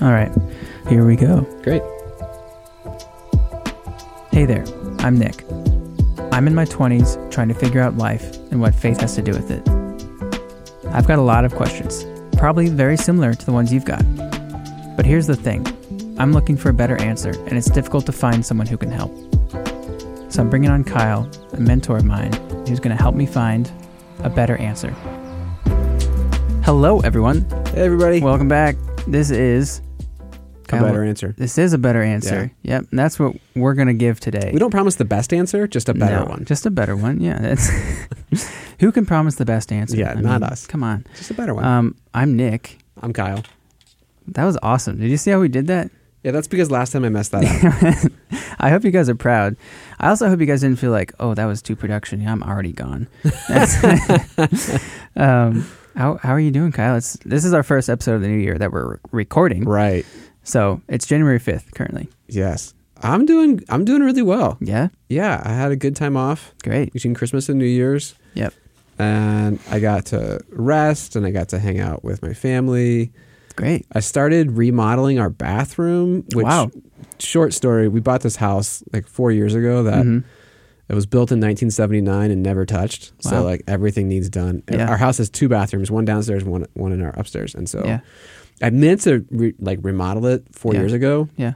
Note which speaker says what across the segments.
Speaker 1: All right, here we go.
Speaker 2: Great.
Speaker 1: Hey there, I'm Nick. I'm in my 20s trying to figure out life and what faith has to do with it. I've got a lot of questions, probably very similar to the ones you've got. But here's the thing I'm looking for a better answer, and it's difficult to find someone who can help. So I'm bringing on Kyle, a mentor of mine, who's going to help me find a better answer. Hello, everyone.
Speaker 2: Hey, everybody.
Speaker 1: Welcome back. This is
Speaker 2: a
Speaker 1: Kyle-
Speaker 2: better answer.
Speaker 1: This is a better answer. Yep, and that's what we're gonna give today.
Speaker 2: We don't promise the best answer, just a better
Speaker 1: No,
Speaker 2: one.
Speaker 1: Just a better one. Yeah. That's who can promise the best answer?
Speaker 2: Yeah, not us.
Speaker 1: Come on.
Speaker 2: Just a better one.
Speaker 1: Um, I'm Nick.
Speaker 2: I'm Kyle.
Speaker 1: That was awesome. Did you see how we did that?
Speaker 2: Yeah, that's because last time I messed that up.
Speaker 1: I hope you guys are proud. I also hope you guys didn't feel like, oh, that was too production. I'm already gone. That's- um, how how are you doing, Kyle? It's, this is our first episode of the new year that we're re- recording.
Speaker 2: right.
Speaker 1: So it's January fifth currently.
Speaker 2: Yes. I'm doing. I'm doing really well.
Speaker 1: Yeah.
Speaker 2: Yeah, I had a good time off
Speaker 1: Great.
Speaker 2: between Christmas and New Year's,
Speaker 1: Yep.
Speaker 2: and I got to rest and I got to hang out with my family.
Speaker 1: Great.
Speaker 2: I started remodeling our bathroom. Which,
Speaker 1: Wow.
Speaker 2: Short story: We bought this house like four years ago. That
Speaker 1: Mhm.
Speaker 2: It was built in 1979 and never touched.
Speaker 1: Wow.
Speaker 2: So like everything needs done.
Speaker 1: Yeah.
Speaker 2: Our house has two bathrooms, one downstairs, one one in our upstairs. And so
Speaker 1: Yeah.
Speaker 2: I meant to re- like remodel it four
Speaker 1: Yeah.
Speaker 2: years ago,
Speaker 1: Yeah.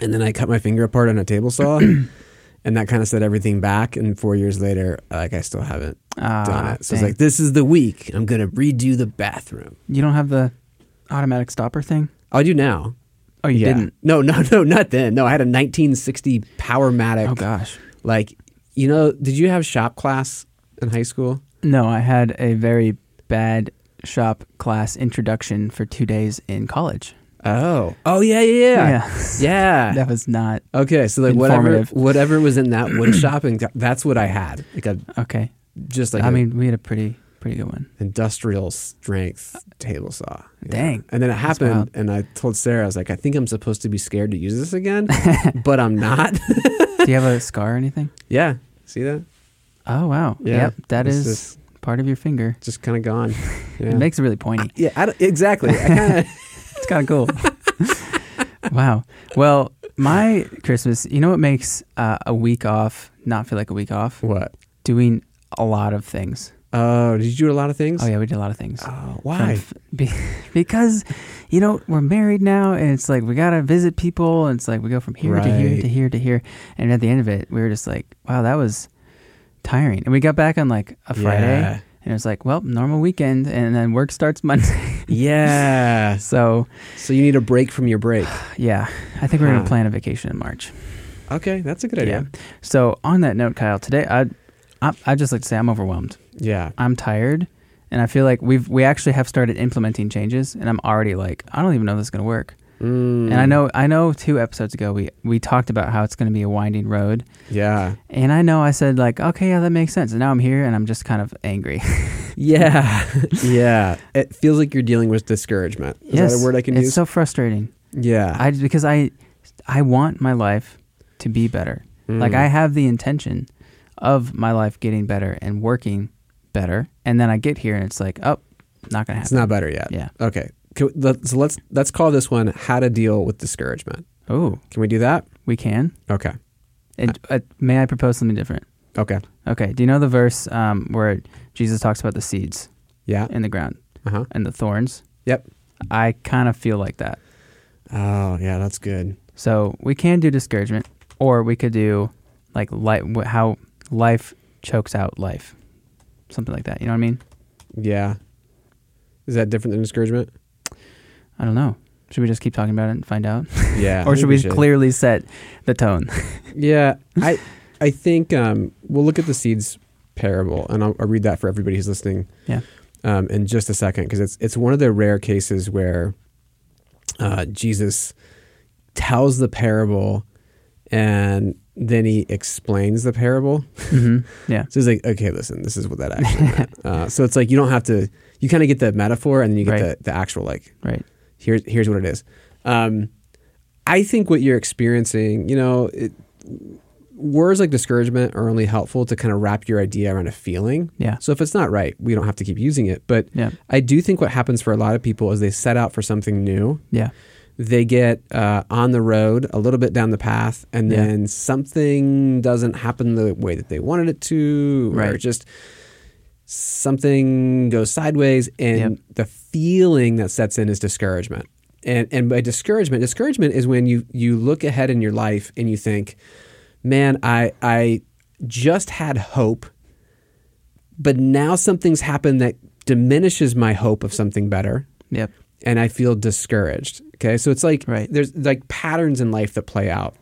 Speaker 2: and then I cut my finger apart on a table saw, and that kind of set everything back. And four years later, like I still haven't
Speaker 1: Ah,
Speaker 2: done it. So
Speaker 1: dang.
Speaker 2: it's like this is the week I'm gonna redo the bathroom.
Speaker 1: You don't have the automatic stopper thing?
Speaker 2: I'll do now.
Speaker 1: Oh, you
Speaker 2: Yeah.
Speaker 1: didn't?
Speaker 2: No, no, no, not then. No, I had a 1960 Powermatic.
Speaker 1: Oh, gosh.
Speaker 2: Like, you know, did you have shop class in high school?
Speaker 1: No, I had a very bad shop class introduction for two days in college.
Speaker 2: Oh. Oh yeah, yeah, yeah. Yeah.
Speaker 1: That was not
Speaker 2: Okay, so like whatever
Speaker 1: Informative.
Speaker 2: whatever was in that wood shop and got- that's what I had. Like a
Speaker 1: okay.
Speaker 2: just like
Speaker 1: I
Speaker 2: a
Speaker 1: mean, we had a pretty pretty good one.
Speaker 2: industrial strength table saw. Yeah.
Speaker 1: Dang.
Speaker 2: And then it
Speaker 1: wild.
Speaker 2: happened and I told Sarah I was like I think I'm supposed to be scared to use this again, but I'm not.
Speaker 1: Do you have a scar or anything?
Speaker 2: yeah. See that?
Speaker 1: Oh wow.
Speaker 2: Yeah.
Speaker 1: Yep. That
Speaker 2: It's
Speaker 1: is
Speaker 2: just-
Speaker 1: part of your finger.
Speaker 2: Just kind of gone. Yeah.
Speaker 1: It makes it really pointy.
Speaker 2: yeah, I don't- exactly. I kind of
Speaker 1: It's kind of cool. wow. Well, my Christmas. You know what makes uh, a week off not feel like a week off?
Speaker 2: What?
Speaker 1: Doing a lot of things.
Speaker 2: Oh, did you do a lot of things?
Speaker 1: Oh yeah, we did a lot of things.
Speaker 2: Oh,
Speaker 1: from
Speaker 2: why?
Speaker 1: f- be- because you know we're married now and it's like we gotta visit people and it's like we go from here to here
Speaker 2: Right.
Speaker 1: to here to here and at the end of it we were just like wow that was tiring and we got back on like a friday
Speaker 2: Yeah.
Speaker 1: and it was like well normal weekend and then work starts monday
Speaker 2: Yeah.
Speaker 1: so
Speaker 2: So you need a break from your break.
Speaker 1: yeah i think we're gonna
Speaker 2: Huh.
Speaker 1: plan a vacation in march
Speaker 2: Okay, that's a good
Speaker 1: yeah
Speaker 2: idea.
Speaker 1: so on that note kyle today i i i just like to say i'm overwhelmed
Speaker 2: Yeah.
Speaker 1: i'm tired and i feel like we've we actually have started implementing changes and i'm already like i don't even know if this is gonna work
Speaker 2: Mm.
Speaker 1: And I know I know two episodes ago we we talked about how it's going to be a winding road.
Speaker 2: Yeah.
Speaker 1: And I know I said like, okay, yeah, that makes sense. And now I'm here and I'm just kind of angry.
Speaker 2: Yeah. yeah. It feels like you're dealing with discouragement. Is
Speaker 1: yes.
Speaker 2: that a word I can
Speaker 1: it's
Speaker 2: use? Ah.
Speaker 1: so frustrating.
Speaker 2: yeah.
Speaker 1: I because I I want my life to be better.
Speaker 2: Mm.
Speaker 1: Like I have the intention of my life getting better and working better. And then I get here and it's like, oh, not going to happen.
Speaker 2: It's not better yet.
Speaker 1: Yeah.
Speaker 2: Okay. Can we- let- So let's let's call this one "How to Deal with Discouragement."
Speaker 1: Oh,
Speaker 2: Can we do that?
Speaker 1: we can.
Speaker 2: Okay.
Speaker 1: And uh, may I propose something different?
Speaker 2: Okay.
Speaker 1: Okay. Do you know the verse um, where Jesus talks about the seeds
Speaker 2: Yeah.
Speaker 1: in the ground
Speaker 2: Uh huh.
Speaker 1: and the thorns?
Speaker 2: Yep.
Speaker 1: I kind of feel like that.
Speaker 2: Oh yeah, that's good.
Speaker 1: So we can do discouragement, or we could do like life, how life chokes out life, something like that. You know what I mean?
Speaker 2: Yeah. Is that different than discouragement?
Speaker 1: I don't know. Should we just keep talking about it and find out,
Speaker 2: Yeah.
Speaker 1: or
Speaker 2: I
Speaker 1: should
Speaker 2: think
Speaker 1: we clearly set the tone?
Speaker 2: Yeah, I I think um, we'll look at the seeds parable, and I'll, I'll read that for everybody who's listening.
Speaker 1: Yeah.
Speaker 2: um, in just a second, because it's it's one of the rare cases where uh, Jesus tells the parable, and then he explains the parable.
Speaker 1: hmm Yeah.
Speaker 2: So he's like, okay, listen, this is what that actually meant. Uh, so it's like you don't have to. You kind of get the metaphor, and then you get
Speaker 1: Right.
Speaker 2: the, the actual like
Speaker 1: Right.
Speaker 2: here's here's what it is. Um, I think what you're experiencing, you know, it, words like discouragement are only helpful to kind of wrap your idea around a feeling.
Speaker 1: Yeah.
Speaker 2: So if it's not right, we don't have to keep using it. But
Speaker 1: Yeah.
Speaker 2: I do think what happens for a lot of people is they set out for something new.
Speaker 1: Yeah.
Speaker 2: they get uh, on the road a little bit down the path, and
Speaker 1: Yeah.
Speaker 2: then something doesn't happen the way that they wanted it to, or
Speaker 1: Right.
Speaker 2: just something goes sideways, and
Speaker 1: Yep.
Speaker 2: the feeling that sets in is discouragement. And and by discouragement, discouragement is when you you look ahead in your life and you think, man, I I just had hope but now something's happened that diminishes my hope of something better
Speaker 1: Yep.
Speaker 2: and i feel discouraged okay so it's like
Speaker 1: Right.
Speaker 2: there's like patterns in life that play out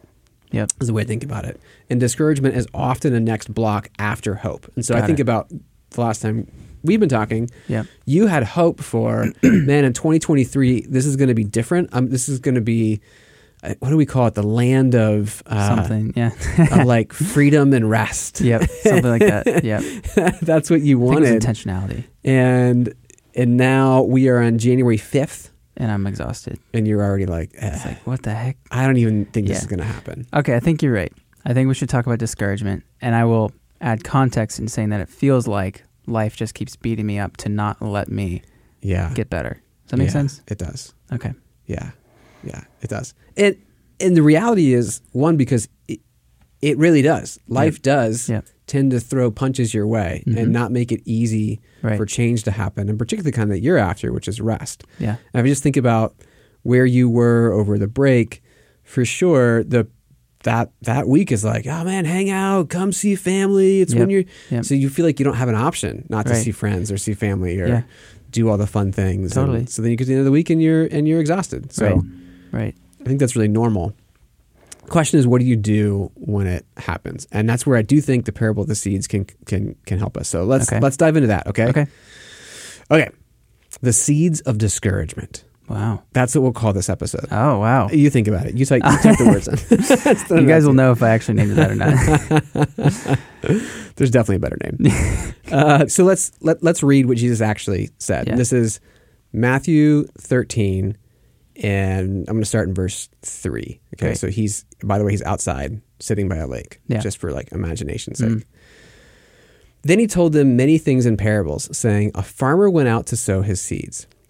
Speaker 1: Yep.
Speaker 2: is the way i think about it and discouragement is often a next block after hope and so
Speaker 1: Got
Speaker 2: i think
Speaker 1: it.
Speaker 2: about the last time we've been talking
Speaker 1: Yep.
Speaker 2: you had hope for man in 2023 this is going to be different um, this is going to be uh, what do we call it the land of uh,
Speaker 1: Something. Yeah.
Speaker 2: of like freedom and rest
Speaker 1: yep. Something like that. Yep.
Speaker 2: that's what you
Speaker 1: I think
Speaker 2: wanted
Speaker 1: it's intentionality,
Speaker 2: and and now we are on January fifth,
Speaker 1: and I'm exhausted.
Speaker 2: and you're already like, eh,
Speaker 1: It's like, what the heck?
Speaker 2: I don't even think
Speaker 1: Yeah.
Speaker 2: this is going to happen.
Speaker 1: Okay, I think you're right. I think we should talk about discouragement, and I will add context in saying that it feels like life just keeps beating me up to not let me
Speaker 2: Yeah,
Speaker 1: get better. Does that make
Speaker 2: Yeah,
Speaker 1: sense?
Speaker 2: It does.
Speaker 1: Okay.
Speaker 2: Yeah, yeah, it does. And and the reality is one because it, it really does. Life
Speaker 1: Yep.
Speaker 2: does
Speaker 1: Yep.
Speaker 2: tend to throw punches your way
Speaker 1: Mhm.
Speaker 2: and not make it easy
Speaker 1: Right.
Speaker 2: for change to happen, and particularly the kind that you're after, which is rest.
Speaker 1: Yeah.
Speaker 2: And if you just think about where you were over the break, for sure the that that week is like, oh man, hang out, come see family. It's when
Speaker 1: Yep.
Speaker 2: you're
Speaker 1: Yep.
Speaker 2: so you feel like you don't have an option not to
Speaker 1: Right.
Speaker 2: see friends or see family or
Speaker 1: Yeah.
Speaker 2: do all the fun things. And
Speaker 1: Totally.
Speaker 2: so then you get to the end of the week and you're and you're exhausted. So
Speaker 1: Right. Right.
Speaker 2: I think that's really normal. Question is, what do you do when it happens? And that's where I do think the parable of the seeds can can can help us. So let's
Speaker 1: Okay.
Speaker 2: let's dive into that. Okay.
Speaker 1: Okay.
Speaker 2: Okay. The seeds of discouragement.
Speaker 1: Wow.
Speaker 2: That's what we'll call this episode.
Speaker 1: Oh wow.
Speaker 2: You think about it. You type, you type the words in. That's the-
Speaker 1: You guys will know if I actually named it that or not.
Speaker 2: There's definitely a better name. uh, so let's let, let's read what Jesus actually said.
Speaker 1: Yeah.
Speaker 2: This is Matthew 13, and I'm going to start in verse three. Okay,
Speaker 1: Great.
Speaker 2: so he's by the way he's outside sitting by a lake,
Speaker 1: Yeah. Mm.
Speaker 2: just for like imagination's sake. Then he told them many things in parables, saying, A farmer went out to sow his seeds.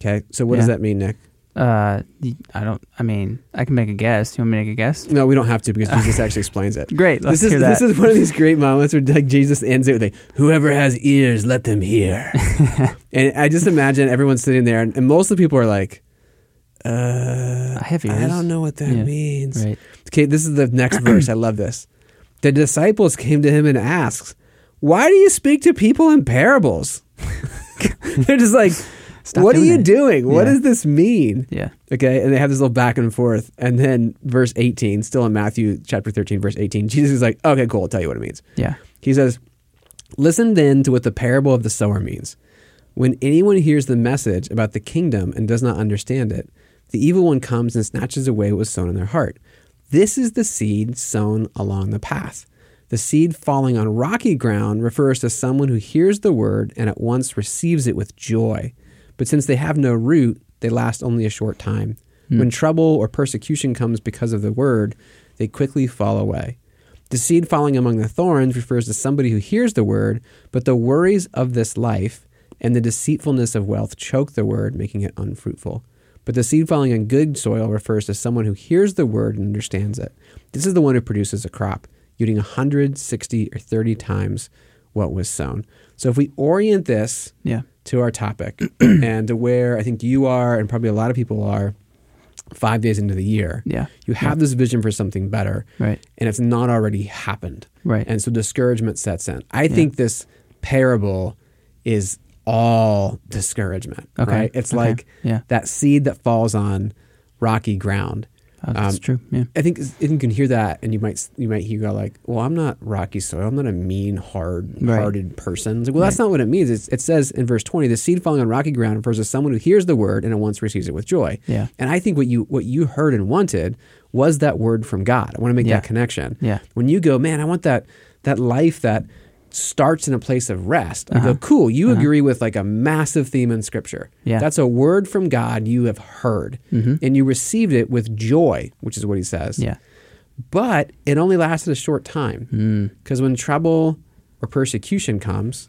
Speaker 2: Okay. So, what does
Speaker 1: Yeah.
Speaker 2: that mean, Nick?
Speaker 1: Uh, y- I don't. I mean, I can make a guess. You want me to make a guess?
Speaker 2: No, we don't have to because Jesus actually explains it.
Speaker 1: Great. Let's
Speaker 2: this is
Speaker 1: hear that.
Speaker 2: this is one of these great moments where like Jesus ends it with like, "Whoever has ears, let them hear." and I just imagine everyone sitting there, and, and most of the people are like, "Uh,
Speaker 1: I have
Speaker 2: I
Speaker 1: ears."
Speaker 2: don't know what that
Speaker 1: Yeah.
Speaker 2: means."
Speaker 1: right.
Speaker 2: Okay, this is the next verse. I love this. The disciples came to him and asked, "Why do you speak to people in parables?" They're just like,
Speaker 1: Stop
Speaker 2: "What are
Speaker 1: doing
Speaker 2: you
Speaker 1: it."
Speaker 2: doing? What
Speaker 1: Yeah.
Speaker 2: does this mean?"
Speaker 1: Yeah.
Speaker 2: Okay, and they have this little back and forth, and then verse eighteen, still in Matthew chapter thirteen, verse eighteen, Jesus is like, "Okay, cool. I'll tell you what it means."
Speaker 1: Yeah.
Speaker 2: He says, Listen then to what the parable of the sower means. When anyone hears the message about the kingdom and does not understand it, the evil one comes and snatches away what was sown in their heart. This is the seed sown along the path. The seed falling on rocky ground refers to someone who hears the word and at once receives it with joy. But since they have no root, they last only a short time. When trouble or persecution comes because of the word, they quickly fall away. The seed falling among the thorns refers to somebody who hears the word, but the worries of this life and the deceitfulness of wealth choke the word, making it unfruitful. But the seed falling on good soil refers to someone who hears the word and understands it. This is the one who produces a crop, yielding 160 or 30 times what was sown. So if we orient this
Speaker 1: Yeah.
Speaker 2: to our topic and to where I think you are and probably a lot of people are five days into the year,
Speaker 1: Yeah.
Speaker 2: you have this vision for something better
Speaker 1: Right.
Speaker 2: and it's not already happened.
Speaker 1: Right.
Speaker 2: And so discouragement sets in. I think this parable is all discouragement.
Speaker 1: Okay.
Speaker 2: Right? It's
Speaker 1: Okay.
Speaker 2: like
Speaker 1: Yeah.
Speaker 2: that seed that falls on rocky ground.
Speaker 1: Oh, that's
Speaker 2: Um,
Speaker 1: true. Yeah.
Speaker 2: I think is- you can hear that, and you might you might hear go like, "Well, I'm not rocky soil. I'm not a mean,
Speaker 1: Right.
Speaker 2: hard-hearted person." It's like, well, that's not what it means. It's, it says in verse 20, "The seed falling on rocky ground versus someone who hears the word and at once receives it with joy."
Speaker 1: Yeah.
Speaker 2: And I think what you what you heard and wanted was that word from God. I want to make
Speaker 1: Yeah.
Speaker 2: that connection.
Speaker 1: Yeah.
Speaker 2: When you go, man, I want that that life that starts in a place of rest. I
Speaker 1: Uh-huh.
Speaker 2: go, cool. You agree with like a massive theme in Scripture.
Speaker 1: Yeah.
Speaker 2: That's a word from God you have heard, and you received it with joy, which is what he says.
Speaker 1: Mm-hmm. Yeah.
Speaker 2: But it only lasted a short time
Speaker 1: Mm.
Speaker 2: because when trouble or persecution comes,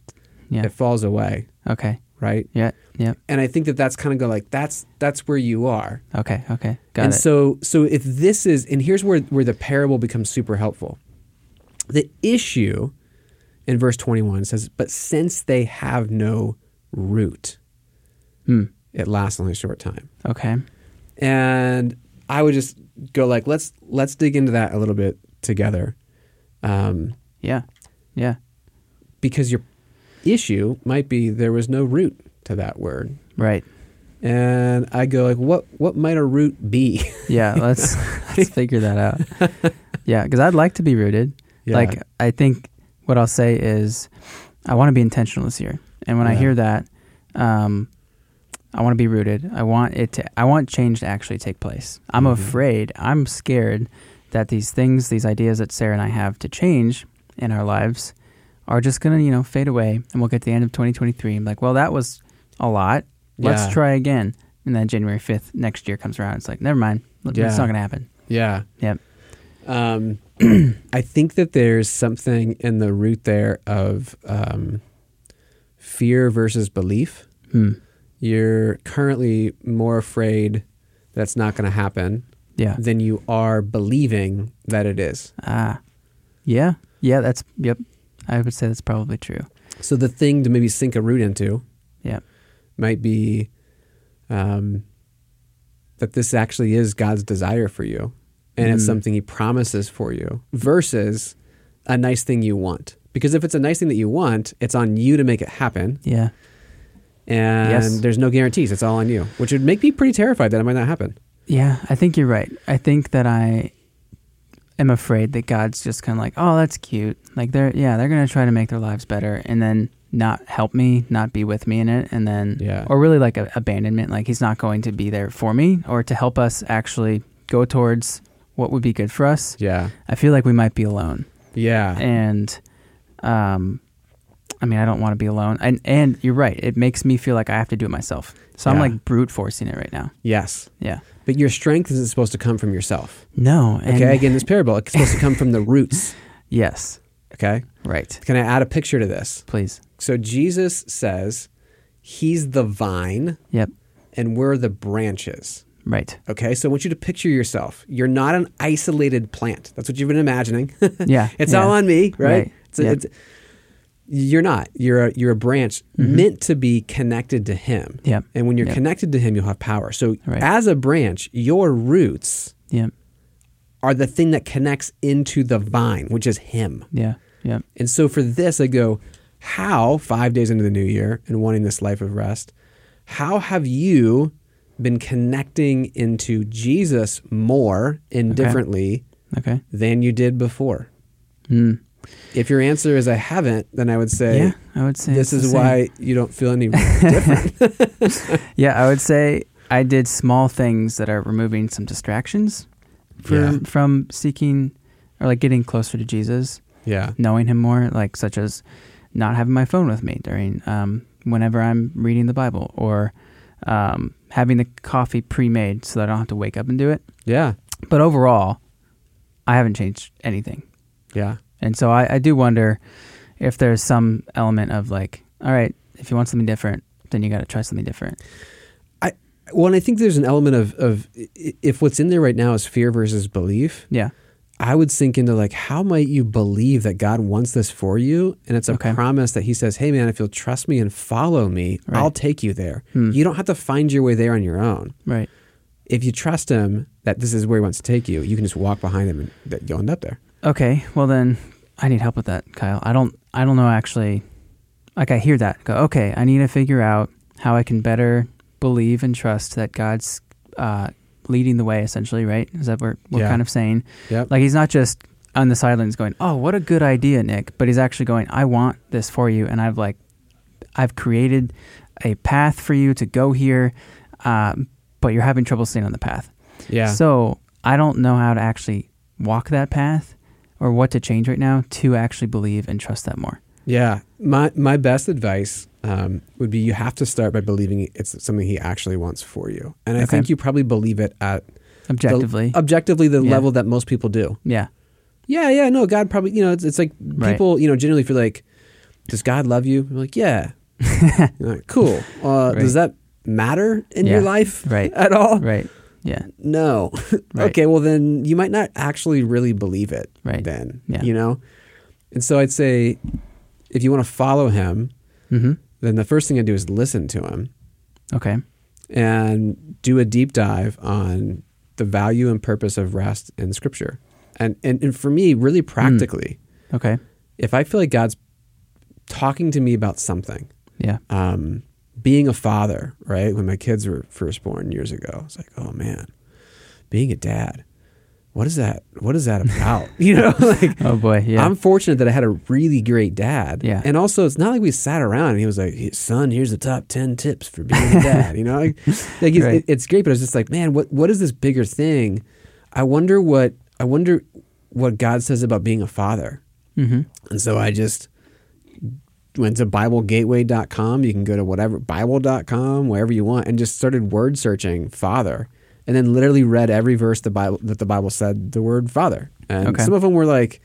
Speaker 1: Yeah.
Speaker 2: it falls away,
Speaker 1: Okay.
Speaker 2: right?
Speaker 1: Yeah. Yeah.
Speaker 2: And I think that that's kind of go like that's that's where you are
Speaker 1: Okay. Okay. Got
Speaker 2: and
Speaker 1: it.
Speaker 2: so so if this is and here's where where the parable becomes super helpful the issue in verse 21 says but since they have no root
Speaker 1: Hmm.
Speaker 2: it lasts only a short time
Speaker 1: okay.
Speaker 2: and i would just go like let's let's dig into that a little bit together um,
Speaker 1: Yeah. Yeah.
Speaker 2: because your issue might be there was no root to that word
Speaker 1: Right.
Speaker 2: and i go like what what might a root be
Speaker 1: Yeah. Let's let's figure that out. Yeah, because I'd like to be rooted.
Speaker 2: Yeah.
Speaker 1: Like I think what I'll say is, I want to be intentional this year. And when I
Speaker 2: Yeah.
Speaker 1: hear that, um, I want to be rooted. I want it to. I want change to actually take place. I'm
Speaker 2: Mm-hmm.
Speaker 1: afraid. I'm scared that these things, these ideas that Sarah and I have to change in our lives, are just gonna you know fade away, and we'll get to the end of 2023. I'm like, well, that was a lot. Let's
Speaker 2: Yeah.
Speaker 1: try again. And then January 5th next year comes around. It's like, never mind.
Speaker 2: Yeah.
Speaker 1: It's not gonna happen.
Speaker 2: yeah
Speaker 1: Yep.
Speaker 2: Um, I think that there's something in the root there of um, fear versus belief.
Speaker 1: Hmm.
Speaker 2: You're currently more afraid that's not going to happen
Speaker 1: Yeah.
Speaker 2: than you are believing that it is.
Speaker 1: Ah, yeah, yeah. That's yep. I would say that's probably true.
Speaker 2: So the thing to maybe sink a root into
Speaker 1: Yeah,
Speaker 2: might be um, that this actually is God's desire for you and it's
Speaker 1: Mm.
Speaker 2: something He promises for you versus a nice thing you want. Because if it's a nice thing that you want, it's on you to make it happen.
Speaker 1: yeah,
Speaker 2: And
Speaker 1: Yes.
Speaker 2: there's no guarantees. It's all on you, which would make me pretty terrified that it might not happen.
Speaker 1: yeah. I think you're right. I think that I am afraid that God's just kind of like, oh, that's cute. Like they're yeah, they're gonna try to make their lives better, and then not help me, not be with me in it, and then
Speaker 2: Yeah.
Speaker 1: or really like a, abandonment. Like he's not going to be there for me or to help us actually go towards what would be good for us.
Speaker 2: Yeah.
Speaker 1: I feel like we might be alone.
Speaker 2: Yeah.
Speaker 1: and um I mean, I don't want to be alone. And and you're right. It makes me feel like I have to do it myself. So I'm
Speaker 2: Yeah.
Speaker 1: like brute forcing it right now.
Speaker 2: yes.
Speaker 1: Yeah.
Speaker 2: But your strength isn't supposed to come from yourself.
Speaker 1: No. And
Speaker 2: Okay. Again, this parable, it's supposed to come from the roots.
Speaker 1: Yes.
Speaker 2: Okay.
Speaker 1: Right.
Speaker 2: Can I add a picture to this?
Speaker 1: Please.
Speaker 2: So Jesus says, He's the vine.
Speaker 1: Yep.
Speaker 2: and we're the branches.
Speaker 1: Right.
Speaker 2: Okay, so I want you to picture yourself. You're not an isolated plant. That's what you've been imagining.
Speaker 1: Yeah.
Speaker 2: it's
Speaker 1: yeah.
Speaker 2: all on me, right?
Speaker 1: Right,
Speaker 2: It's a-
Speaker 1: yeah.
Speaker 2: it's- you're not. You're a, you're a branch
Speaker 1: Mm-hmm.
Speaker 2: meant to be connected to Him.
Speaker 1: Yep.
Speaker 2: And when you're
Speaker 1: Yep.
Speaker 2: connected to Him, you'll have power. So
Speaker 1: Right.
Speaker 2: as a branch, your roots
Speaker 1: Yep.
Speaker 2: are the thing that connects into the vine, which is Him.
Speaker 1: Yeah. Yep.
Speaker 2: And so for this, I go, how, five days into the new year and wanting this life of rest, how have you been connecting into Jesus more and
Speaker 1: Okay.
Speaker 2: differently
Speaker 1: Okay.
Speaker 2: than you did before? Hmm.
Speaker 1: Mm.
Speaker 2: If your answer is I haven't, then I would say,
Speaker 1: Yeah. I would say
Speaker 2: this
Speaker 1: it's
Speaker 2: is
Speaker 1: the same.
Speaker 2: why you don't feel any different.
Speaker 1: Yeah, I would say I did small things that are removing some distractions from
Speaker 2: Yeah.
Speaker 1: from seeking or like getting closer to Jesus.
Speaker 2: yeah.
Speaker 1: knowing him more, like such as not having my phone with me during um, whenever I'm reading the Bible or um, having the coffee pre-made so that I don't have to wake up and do it.
Speaker 2: Yeah.
Speaker 1: But overall, I haven't changed anything,
Speaker 2: Yeah.
Speaker 1: and so I, I do wonder if there's some element of like, all right, if you want something different, then you got to try something different.
Speaker 2: I, well, and I think there's an element of, of i- i- if what's in there right now is fear versus belief,
Speaker 1: Yeah,
Speaker 2: I would sink into like, how might you believe that God wants this for you? And it's a
Speaker 1: Okay.
Speaker 2: promise that He says, hey, man, if you'll trust me and follow me,
Speaker 1: Right.
Speaker 2: I'll take you there.
Speaker 1: Hmm.
Speaker 2: You don't have to find your way there on your own.
Speaker 1: right.
Speaker 2: If you trust Him that this is where He wants to take you, you can just walk behind Him and that you'll end up there.
Speaker 1: Okay, well then I need help with that, Kyle. I don't I don't know actually like I hear that. Go, okay, I need to figure out how I can better believe and trust that God's uh, leading the way, essentially, right? Is that what we're
Speaker 2: Yeah.
Speaker 1: kind of saying?
Speaker 2: Yep.
Speaker 1: Like he's not just on the sidelines going, "Oh, what a good idea, Nick," but he's actually going, "I want this for you," and I've like, I've created a path for you to go here, um, but you're having trouble staying on the path.
Speaker 2: yeah.
Speaker 1: So I don't know how to actually walk that path or what to change right now to actually believe and trust that more.
Speaker 2: Yeah, my my best advice um, would be you have to start by believing it's something he actually wants for you, and I
Speaker 1: Okay.
Speaker 2: think you probably believe it at the-
Speaker 1: Objectively.
Speaker 2: objectively the
Speaker 1: Yeah.
Speaker 2: level that most people do.
Speaker 1: yeah.
Speaker 2: Yeah, yeah, no, God probably you know it's, it's like
Speaker 1: Right.
Speaker 2: people you know generally feel like, does God love you? You're like, yeah, You're like, cool. Uh,
Speaker 1: Right.
Speaker 2: Does that matter in your
Speaker 1: Yeah.
Speaker 2: life
Speaker 1: Right.
Speaker 2: at all?
Speaker 1: Right. Yeah.
Speaker 2: No.
Speaker 1: Right.
Speaker 2: okay, well then you might not actually really believe it
Speaker 1: Right.
Speaker 2: then,
Speaker 1: Yeah.
Speaker 2: you know? And so I'd say if you want to follow him,
Speaker 1: Mm-hmm.
Speaker 2: then the first thing I do is listen to him
Speaker 1: Okay.
Speaker 2: and do a deep dive on the value and purpose of rest in scripture. And and, and for me, really
Speaker 1: Hmm.
Speaker 2: practically,
Speaker 1: Okay.
Speaker 2: if I feel like God's talking to me about something,
Speaker 1: Yeah.
Speaker 2: um, being a father, right? When my kids were first born years ago, it's like, oh man, being a dad, what is that? What is that about? you know, like
Speaker 1: Oh boy. Yeah.
Speaker 2: I'm fortunate that I had a really great dad.
Speaker 1: Yeah.
Speaker 2: And also, it's not like we sat around and he was like, "Hey, son, here's the top 10 tips for being a dad. you know, like, like it's,
Speaker 1: Right.
Speaker 2: it- it's great, but it's just like, man, what, what is this bigger thing? I wonder what, I wonder what God says about being a father.
Speaker 1: mm-hmm.
Speaker 2: And so I just went to BibleGateway.com. You can go to whatever, Bible.com, wherever you want, and just started word searching father. And then literally read every verse the Bible that the Bible said the word father. And
Speaker 1: Okay. Hmm.
Speaker 2: some of them were like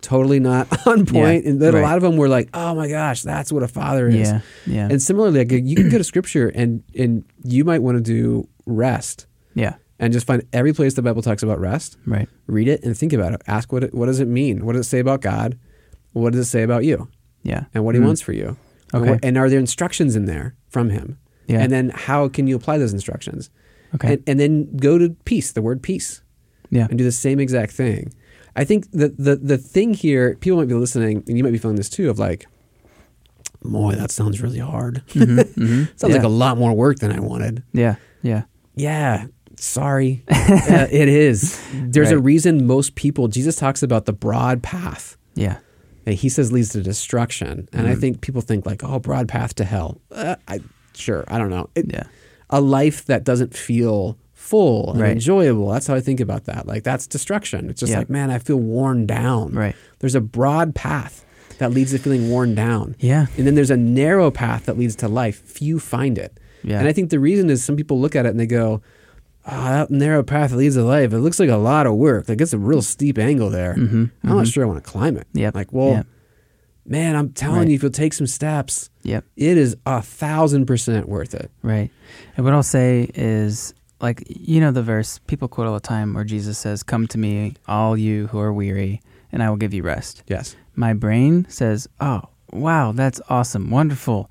Speaker 2: totally not on point. and then a
Speaker 1: right.
Speaker 2: lot of them were like, oh my gosh, that's what a father is.
Speaker 1: Yeah. Yeah.
Speaker 2: And similarly, like, you can go to scripture and, and you might want to do rest
Speaker 1: yeah.
Speaker 2: and just find every place the Bible talks about rest
Speaker 1: Right.
Speaker 2: read it and think about it. Ask what it, what does it mean? What does it say about God? What does it say about you?
Speaker 1: Yeah.
Speaker 2: And what He
Speaker 1: Mm.
Speaker 2: wants for you? And,
Speaker 1: Okay.
Speaker 2: what- and are there instructions in there from Him?
Speaker 1: Yeah.
Speaker 2: And then how can you apply those instructions?
Speaker 1: Okay.
Speaker 2: And, and then go to peace, the word peace,
Speaker 1: yeah.
Speaker 2: and do the same exact thing. I think the, the the thing here, people might be listening, and you might be feeling this too, of like, boy, that sounds really hard. sounds like
Speaker 1: Mm-hmm. Yeah.
Speaker 2: a lot more work than I wanted.
Speaker 1: Yeah. Yeah.
Speaker 2: Yeah, sorry. Uh, it is. There's a
Speaker 1: Right.
Speaker 2: reason most people, Jesus talks about the broad path
Speaker 1: Yeah.
Speaker 2: that he says leads to destruction. And
Speaker 1: Mm-hmm.
Speaker 2: I think people think, like, oh, broad path to hell. Uh, I, sure, I don't know. It-
Speaker 1: Yeah.
Speaker 2: A life that doesn't feel full and
Speaker 1: Right.
Speaker 2: enjoyable. That's how I think about that. Like, that's destruction. It's just
Speaker 1: Yeah.
Speaker 2: like, man, I feel worn down.
Speaker 1: Right.
Speaker 2: There's a broad path that leads to feeling worn down.
Speaker 1: Yeah.
Speaker 2: And then there's a narrow path that leads to life. Few find it.
Speaker 1: Yeah.
Speaker 2: And I think the reason is some people look at it and they go, oh, that narrow path that leads to life, it looks like a lot of work. Like it's a real steep angle there. I'm not sure I want to climb it.
Speaker 1: Mm-hmm, Yep.
Speaker 2: Like, well,
Speaker 1: Yep.
Speaker 2: man, I'm telling
Speaker 1: Right.
Speaker 2: you, if you'll take some steps,
Speaker 1: Yep.
Speaker 2: it is a thousand percent worth it.
Speaker 1: Right. And what I'll say is like you know the verse people quote all the time where Jesus says, "Come to me, all you who are weary, and I will give you rest."
Speaker 2: Yes.
Speaker 1: My brain says, "Oh, wow, that's awesome. Wonderful.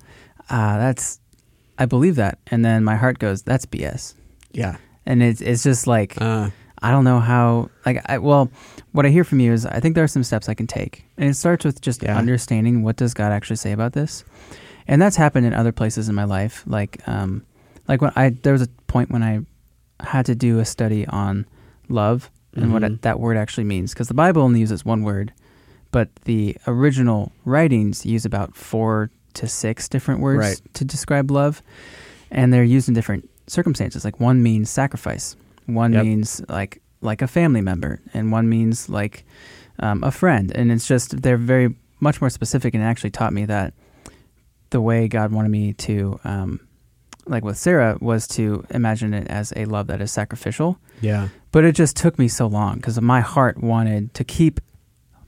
Speaker 1: Ah, that's I believe that." And then my heart goes, "That's BS."
Speaker 2: Yeah.
Speaker 1: And it's it's just like
Speaker 2: Uh,
Speaker 1: I don't know how like I well what I hear from you is I think there are some steps I can take. And it starts with just
Speaker 2: Yeah.
Speaker 1: understanding what does God actually say about this. And that's happened in other places in my life like um like when I there was a point when I had to do a study on love and what
Speaker 2: Mhm.
Speaker 1: that word actually means because the Bible only uses one word but the original writings use about 4 to 6 different words
Speaker 2: Right.
Speaker 1: to describe love and they're used in different circumstances like one means sacrifice one
Speaker 2: Yep.
Speaker 1: means like like a family member and one means like um, a friend and it's just they're very much more specific and it actually taught me that the way god wanted me to um, like with sarah was to imagine it as a love that is sacrificial
Speaker 2: yeah.
Speaker 1: but it just took me so long because my heart wanted to keep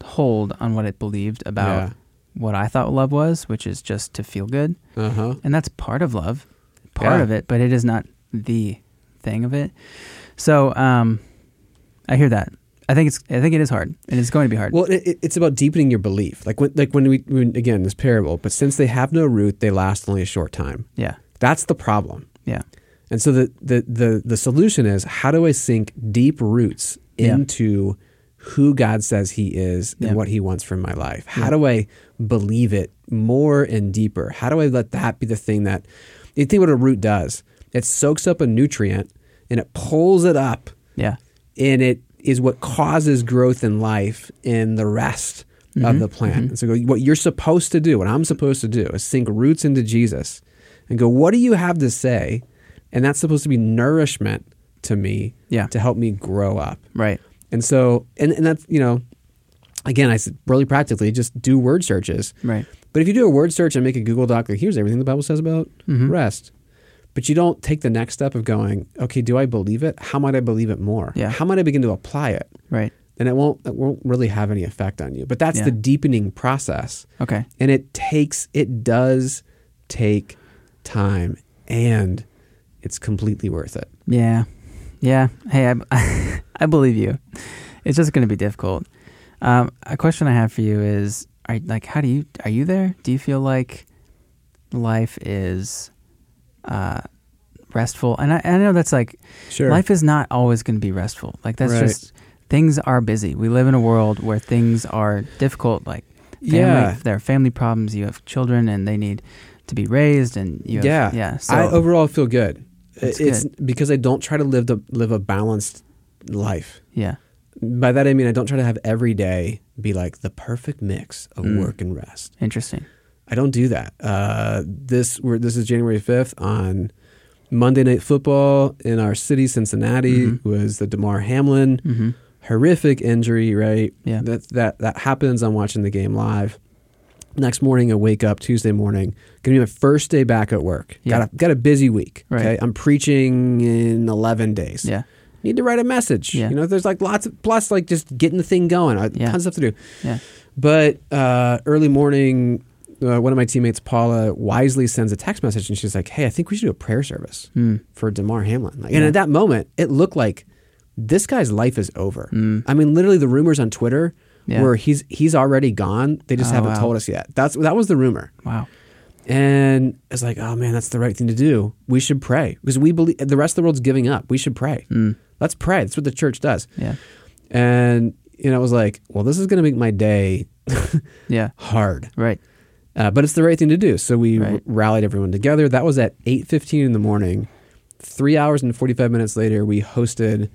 Speaker 1: hold on what it believed about
Speaker 2: Yeah.
Speaker 1: what i thought love was which is just to feel good
Speaker 2: Uh huh.
Speaker 1: and that's part of love, part
Speaker 2: Yeah.
Speaker 1: of it, but it is not the thing of it. So um, I hear that. I think it's I think it is hard, and it's going to be hard.
Speaker 2: Well, it, it- it's about deepening your belief. Like when, like when we, when, again, this parable. But since they have no root, they last only a short time.
Speaker 1: yeah,
Speaker 2: That's the problem.
Speaker 1: yeah,
Speaker 2: And so the the the, the solution is how do I sink deep roots
Speaker 1: Yeah.
Speaker 2: into who God says He is and
Speaker 1: Yeah.
Speaker 2: what He wants from my life? How do I believe it more and deeper? How do I let that be the thing that you think what a root does? It soaks up a nutrient and it pulls it up
Speaker 1: Yeah.
Speaker 2: and it is what causes growth in life in the rest of the plant. And So what you're supposed to do, what I'm supposed to do, is sink roots into Jesus and go, what do you have to say? And that's supposed to be nourishment to me
Speaker 1: Yeah.
Speaker 2: to help me grow up.
Speaker 1: Right.
Speaker 2: And so, and, and that's, you know, again, I said really practically just do word searches.
Speaker 1: Right.
Speaker 2: But if you do a word search and make a Google Doc, like here's everything the Bible says about
Speaker 1: Mm-hmm.
Speaker 2: rest, but you don't take the next step of going, okay, do I believe it? How might I believe it more?
Speaker 1: Yeah.
Speaker 2: How might I begin to apply it?
Speaker 1: Right.
Speaker 2: Then it won't it won't really have any effect on you. But that's
Speaker 1: Yeah.
Speaker 2: the deepening process,
Speaker 1: Okay.
Speaker 2: and it takes it does take time, and it's completely worth it.
Speaker 1: Yeah. Yeah. Hey, I, I believe you. It's just going to be difficult. Um, a question I have for you is, are, like, how do you, are you there? Do you feel like life is uh, restful? And I, I know that's like,
Speaker 2: Sure.
Speaker 1: life is not always going to be restful. Like, that's
Speaker 2: Right.
Speaker 1: just, things are busy. We live in a world where things are difficult. Like, family,
Speaker 2: Yeah.
Speaker 1: there are family problems. You have children and they need to be raised and you have,
Speaker 2: yeah.
Speaker 1: Yeah. So,
Speaker 2: I overall feel good.
Speaker 1: That's
Speaker 2: it's because I don't try to live the live a balanced life.
Speaker 1: yeah.
Speaker 2: By that I mean I don't try to have every day be like the perfect mix of
Speaker 1: Mm.
Speaker 2: work and rest.
Speaker 1: Interesting.
Speaker 2: I don't do that. Uh, this we're, this is January fifth on Monday Night Football in our city, Cincinnati, was the Demar Hamlin
Speaker 1: Mm-hmm.
Speaker 2: horrific injury. Right,
Speaker 1: Yeah.
Speaker 2: that that that happens. I'm watching the game live. Next morning, I wake up Tuesday morning. Gonna be my first day back at work.
Speaker 1: Yeah.
Speaker 2: Got a, got a busy week.
Speaker 1: Right.
Speaker 2: Okay, I'm preaching in 11 days
Speaker 1: Yeah.
Speaker 2: need to write a message.
Speaker 1: Yeah.
Speaker 2: You know, there's like lots of plus like just getting the thing going. Uh,
Speaker 1: Yeah.
Speaker 2: Tons of stuff to do.
Speaker 1: Yeah.
Speaker 2: But uh, early morning, uh, one of my teammates, Paula, wisely sends a text message and she's like, "Hey, I think we should do a prayer service
Speaker 1: Mm.
Speaker 2: for Damar Hamlin." Like, And
Speaker 1: Yeah.
Speaker 2: at that moment, it looked like this guy's life is over. I mean, literally, the rumors on
Speaker 1: Mm.
Speaker 2: Twitter
Speaker 1: Yeah.
Speaker 2: were he's he's already gone. They just
Speaker 1: Oh,
Speaker 2: haven't
Speaker 1: wow.
Speaker 2: told us yet. That's that was the rumor.
Speaker 1: Wow.
Speaker 2: And it's like, oh man, that's the right thing to do. We should pray because we believe the rest of the world's giving up. We should pray.
Speaker 1: Mm.
Speaker 2: Let's pray. That's what the church does.
Speaker 1: Yeah.
Speaker 2: And you know, I was like, well, this is going to make my day
Speaker 1: Yeah.
Speaker 2: hard,
Speaker 1: Right.
Speaker 2: uh, but it's the right thing to do. So we
Speaker 1: Right.
Speaker 2: rallied everyone together. That was at eight fifteen in the morning. Three hours and forty five minutes later, we hosted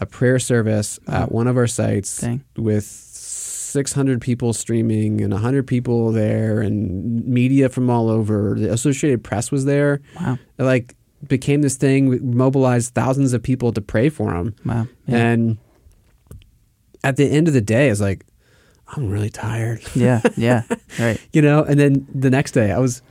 Speaker 2: a prayer service at one of our sites
Speaker 1: Dang.
Speaker 2: with. 600 people streaming and 100 people there and media from all over the associated press was there
Speaker 1: Wow.
Speaker 2: it like became this thing we mobilized thousands of people to pray for him
Speaker 1: Wow. Yeah.
Speaker 2: and at the end of the day it's like i'm really tired
Speaker 1: yeah. Yeah. Right.
Speaker 2: you know and then the next day i was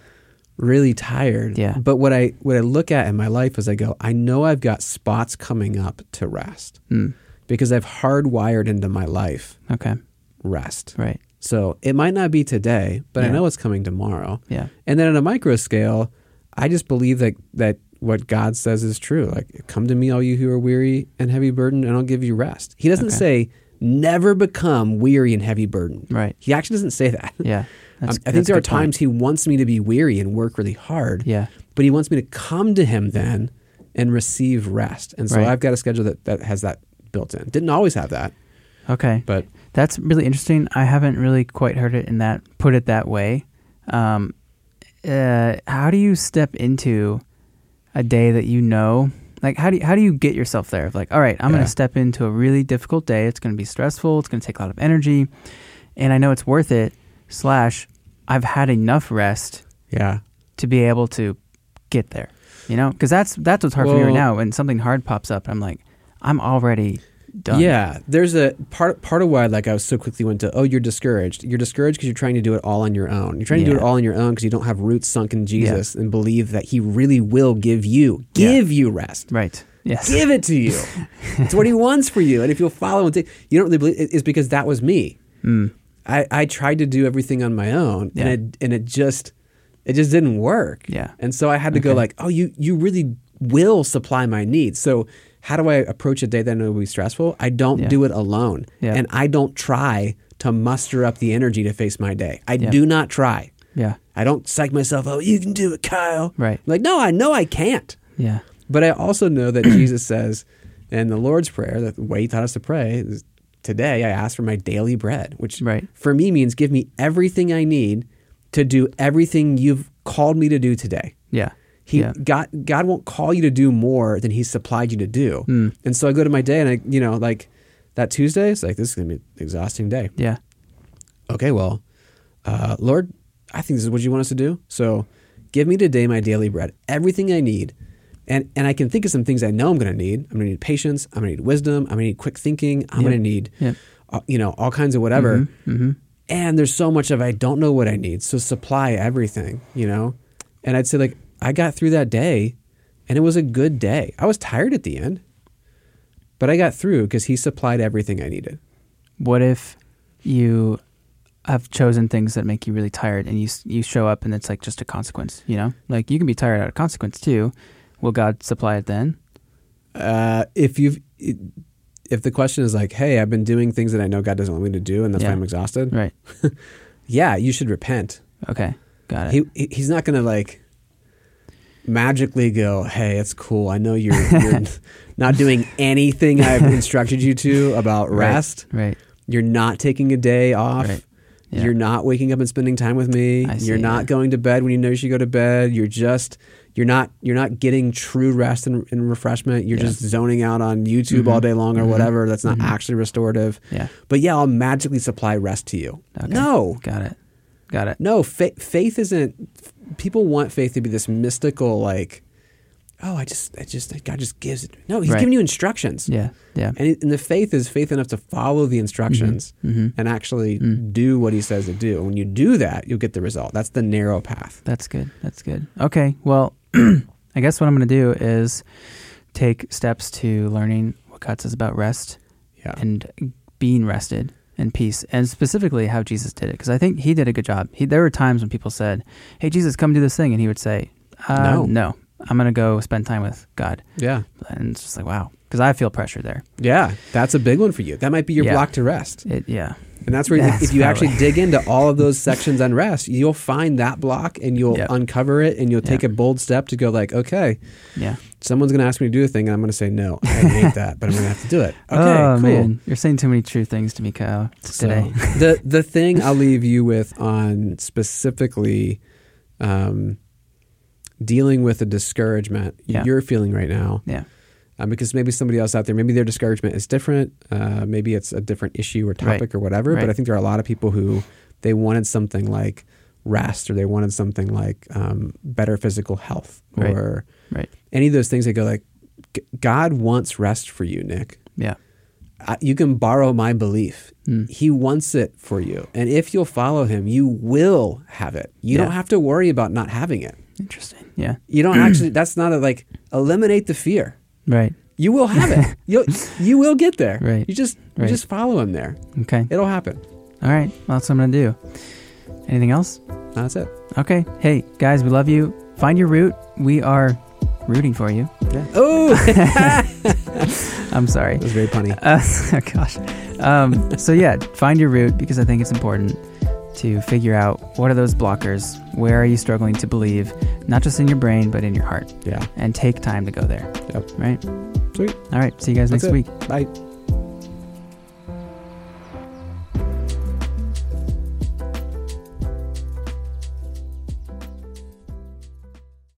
Speaker 2: really tired
Speaker 1: Yeah.
Speaker 2: but what i what i look at in my life is i go i know i've got spots coming up to rest
Speaker 1: Mm.
Speaker 2: because i've hardwired into my life
Speaker 1: Okay.
Speaker 2: rest
Speaker 1: Right.
Speaker 2: so it might not be today but i
Speaker 1: Yeah.
Speaker 2: know it's coming tomorrow
Speaker 1: Yeah.
Speaker 2: and then on a micro scale, I just believe that that what God says is true. Like, come to me, all you who are weary and heavy burdened, and I'll give you rest. He doesn't
Speaker 1: Okay.
Speaker 2: say never become weary and heavy burdened.
Speaker 1: Right.
Speaker 2: He actually doesn't say that.
Speaker 1: Yeah.
Speaker 2: Um, I think there
Speaker 1: a
Speaker 2: are
Speaker 1: good point.
Speaker 2: times he wants me to be weary and work really hard.
Speaker 1: Yeah.
Speaker 2: But he wants me to come to him then and receive rest. And so
Speaker 1: Right.
Speaker 2: I've got a schedule that, that has that built in. Didn't always have that,
Speaker 1: Okay.
Speaker 2: but
Speaker 1: That's really interesting. I haven't really quite heard it in that put it that way. Um, uh, how do you step into a day that you know? Like how do you, how do you get yourself there? Like all right, I'm going
Speaker 2: Yeah.
Speaker 1: to step into a really difficult day. It's going to be stressful. It's going to take a lot of energy, and I know it's worth it. Slash, I've had enough rest
Speaker 2: yeah.
Speaker 1: to be able to get there. You know, because that's that's what's hard for me right
Speaker 2: Well-
Speaker 1: now. When something hard pops up, I'm like, I'm already done.
Speaker 2: Yeah, there's a part part of why like I was so quickly went to oh you're discouraged. You're discouraged because you're trying to do it all on your own. You're trying to do
Speaker 1: Yeah.
Speaker 2: it all on your own because you don't have roots sunk in Jesus and believe that He really will give you
Speaker 1: Yeah.
Speaker 2: give you rest.
Speaker 1: Right. Yes.
Speaker 2: Give it to you. it's what He wants for you, and if you'll follow and take, you don't really believe it- it's because that was me. I I tried to do everything on my
Speaker 1: Mm.
Speaker 2: own,
Speaker 1: Yeah.
Speaker 2: and it and it just it just didn't work.
Speaker 1: Yeah.
Speaker 2: and so I had to go
Speaker 1: Okay.
Speaker 2: like like, oh, you you really will supply my needs. So how do I approach a day that I know will be stressful? I don't
Speaker 1: Yeah.
Speaker 2: do it alone,
Speaker 1: Yeah.
Speaker 2: and I don't try to muster up the energy to face my day. I
Speaker 1: Yeah.
Speaker 2: do not try.
Speaker 1: Yeah.
Speaker 2: I don't psych myself. Oh, you can do it, Kyle.
Speaker 1: Right.
Speaker 2: like, no, I know I can't.
Speaker 1: Yeah.
Speaker 2: But I also know that Jesus says in the Lord's Prayer that the way He taught us to pray is today I ask for my daily bread, which
Speaker 1: Right.
Speaker 2: for me means give me everything I need to do everything you've called me to do today.
Speaker 1: Yeah.
Speaker 2: He
Speaker 1: Yeah.
Speaker 2: God God won't call you to do more than He's supplied you to do.
Speaker 1: Mm.
Speaker 2: And so I go to my day, and I you know like that Tuesday, it's like this is gonna be an exhausting day.
Speaker 1: Yeah.
Speaker 2: Okay, well, uh, Lord, I think this is what you want us to do. So give me today my daily bread, everything I need. And, and I can think of some things I know I'm going to need. I'm going to need patience. I'm going to need wisdom. I'm going to need quick thinking. I'm
Speaker 1: Yep.
Speaker 2: going to need,
Speaker 1: Yep.
Speaker 2: uh, you know, all kinds of whatever.
Speaker 1: mhm.
Speaker 2: And there's so much of I don't know what I need. So supply everything, you know? And I'd say, like, I got through that day and it was a good day. I was tired at the end, but I got through because he supplied everything I needed.
Speaker 1: What if you have chosen things that make you really tired, and you s- you show up, and it's like just a consequence? You know, like you can be tired out of consequence too. Will God supply it then?
Speaker 2: uh, if you've if the question is like, "Hey, I've been doing things that I know God doesn't want me to do, and that's
Speaker 1: Yeah.
Speaker 2: why I'm exhausted,"
Speaker 1: Right.
Speaker 2: yeah, you should repent.
Speaker 1: Okay. Got it.
Speaker 2: He he- he's not going to like magically go, "Hey, it's cool. I know you're, you're not doing anything I've instructed you to about
Speaker 1: Right.
Speaker 2: rest.
Speaker 1: Right.
Speaker 2: You're not taking a day off."
Speaker 1: Right. Yeah.
Speaker 2: You're not waking up and spending time with me.
Speaker 1: I see,
Speaker 2: you're not
Speaker 1: yeah.
Speaker 2: going to bed when you know you should go to bed. You're just you're not you're not getting true rest and, and refreshment. You're
Speaker 1: Yeah.
Speaker 2: just zoning out on YouTube
Speaker 1: Mhm.
Speaker 2: all day long or
Speaker 1: Mhm.
Speaker 2: whatever. That's not
Speaker 1: Mhm.
Speaker 2: actually restorative.
Speaker 1: Yeah.
Speaker 2: But yeah, I'll magically supply rest to you.
Speaker 1: Okay.
Speaker 2: No,
Speaker 1: Got it. Got it.
Speaker 2: no, fa- faith isn't. People want faith to be this mystical like, oh, I just I just God just gives it. No, He's
Speaker 1: Right.
Speaker 2: giving you instructions.
Speaker 1: Yeah. Yeah.
Speaker 2: And, and the faith is faith enough to follow the instructions
Speaker 1: Mhm.
Speaker 2: and actually
Speaker 1: Mm.
Speaker 2: do what he says to do. When you do that, you'll get the result. That's the narrow path.
Speaker 1: That's good. That's good. Okay. Well, I guess what I'm going to do is take steps to learning what God says about rest
Speaker 2: Yeah.
Speaker 1: and being rested and peace, and specifically how Jesus did it. Because I think he did a good job. He, there were times when people said, Hey, Jesus, come do this thing. And he would say, uh,
Speaker 2: No.
Speaker 1: No, I'm going to go spend time with God.
Speaker 2: yeah.
Speaker 1: And it's just like, wow. Because I feel pressure there.
Speaker 2: Yeah. That's a big one for you. That might be your
Speaker 1: Yeah.
Speaker 2: block to rest.
Speaker 1: It, yeah.
Speaker 2: And that's where,
Speaker 1: That's
Speaker 2: if, if you
Speaker 1: probably-
Speaker 2: actually dig into all of those sections on rest, you'll find that block and you'll
Speaker 1: Yep.
Speaker 2: uncover it and you'll
Speaker 1: Yeah.
Speaker 2: take a bold step to go, like, okay,
Speaker 1: Yeah.
Speaker 2: someone's going to ask me to do a thing and I'm going to say, no, I hate that, but I'm going to have to do it. Okay.
Speaker 1: oh,
Speaker 2: cool.
Speaker 1: man. You're saying too many true things to me, Kyle,
Speaker 2: So,
Speaker 1: today.
Speaker 2: the the thing I'll leave you with on specifically um, dealing with the discouragement
Speaker 1: Yeah.
Speaker 2: you're feeling right now,
Speaker 1: Yeah.
Speaker 2: um, because maybe somebody else out there, maybe their discouragement is different. Uh, maybe it's a different issue or
Speaker 1: Right.
Speaker 2: topic or whatever.
Speaker 1: Right.
Speaker 2: But I think there are a lot of people who they wanted something like rest or they wanted something like um, better physical health
Speaker 1: Right.
Speaker 2: or
Speaker 1: Right.
Speaker 2: any of those things. They go like, "G- God wants rest for you, Nick.
Speaker 1: Yeah.
Speaker 2: I, you can borrow my belief.
Speaker 1: Mm.
Speaker 2: He wants it for you. And if you'll follow him, you will have it. You
Speaker 1: Yeah.
Speaker 2: don't have to worry about not having it.
Speaker 1: Interesting. Yeah.
Speaker 2: You don't actually, that's not a like, eliminate the fear.
Speaker 1: Right.
Speaker 2: You will have it. You'll, you will get there.
Speaker 1: Right.
Speaker 2: You just,
Speaker 1: Right.
Speaker 2: you just follow him there.
Speaker 1: Okay.
Speaker 2: It'll happen.
Speaker 1: All right. Well, that's what I'm going to do. Anything else?
Speaker 2: That's it.
Speaker 1: Okay. Hey, guys, we love you. Find your root. We are rooting for you.
Speaker 2: Oh, that
Speaker 1: I'm sorry.
Speaker 2: was very punny.
Speaker 1: Uh, gosh. Um, so, yeah, find your root because I think it's important to figure out what are those blockers? Where are you struggling to believe, not just in your brain, but in your heart?
Speaker 2: Yeah.
Speaker 1: And take time to go there.
Speaker 2: Yep.
Speaker 1: Right?
Speaker 2: Sweet.
Speaker 1: All right. See you guys
Speaker 2: That's
Speaker 1: next
Speaker 2: it.
Speaker 1: week.
Speaker 2: Bye.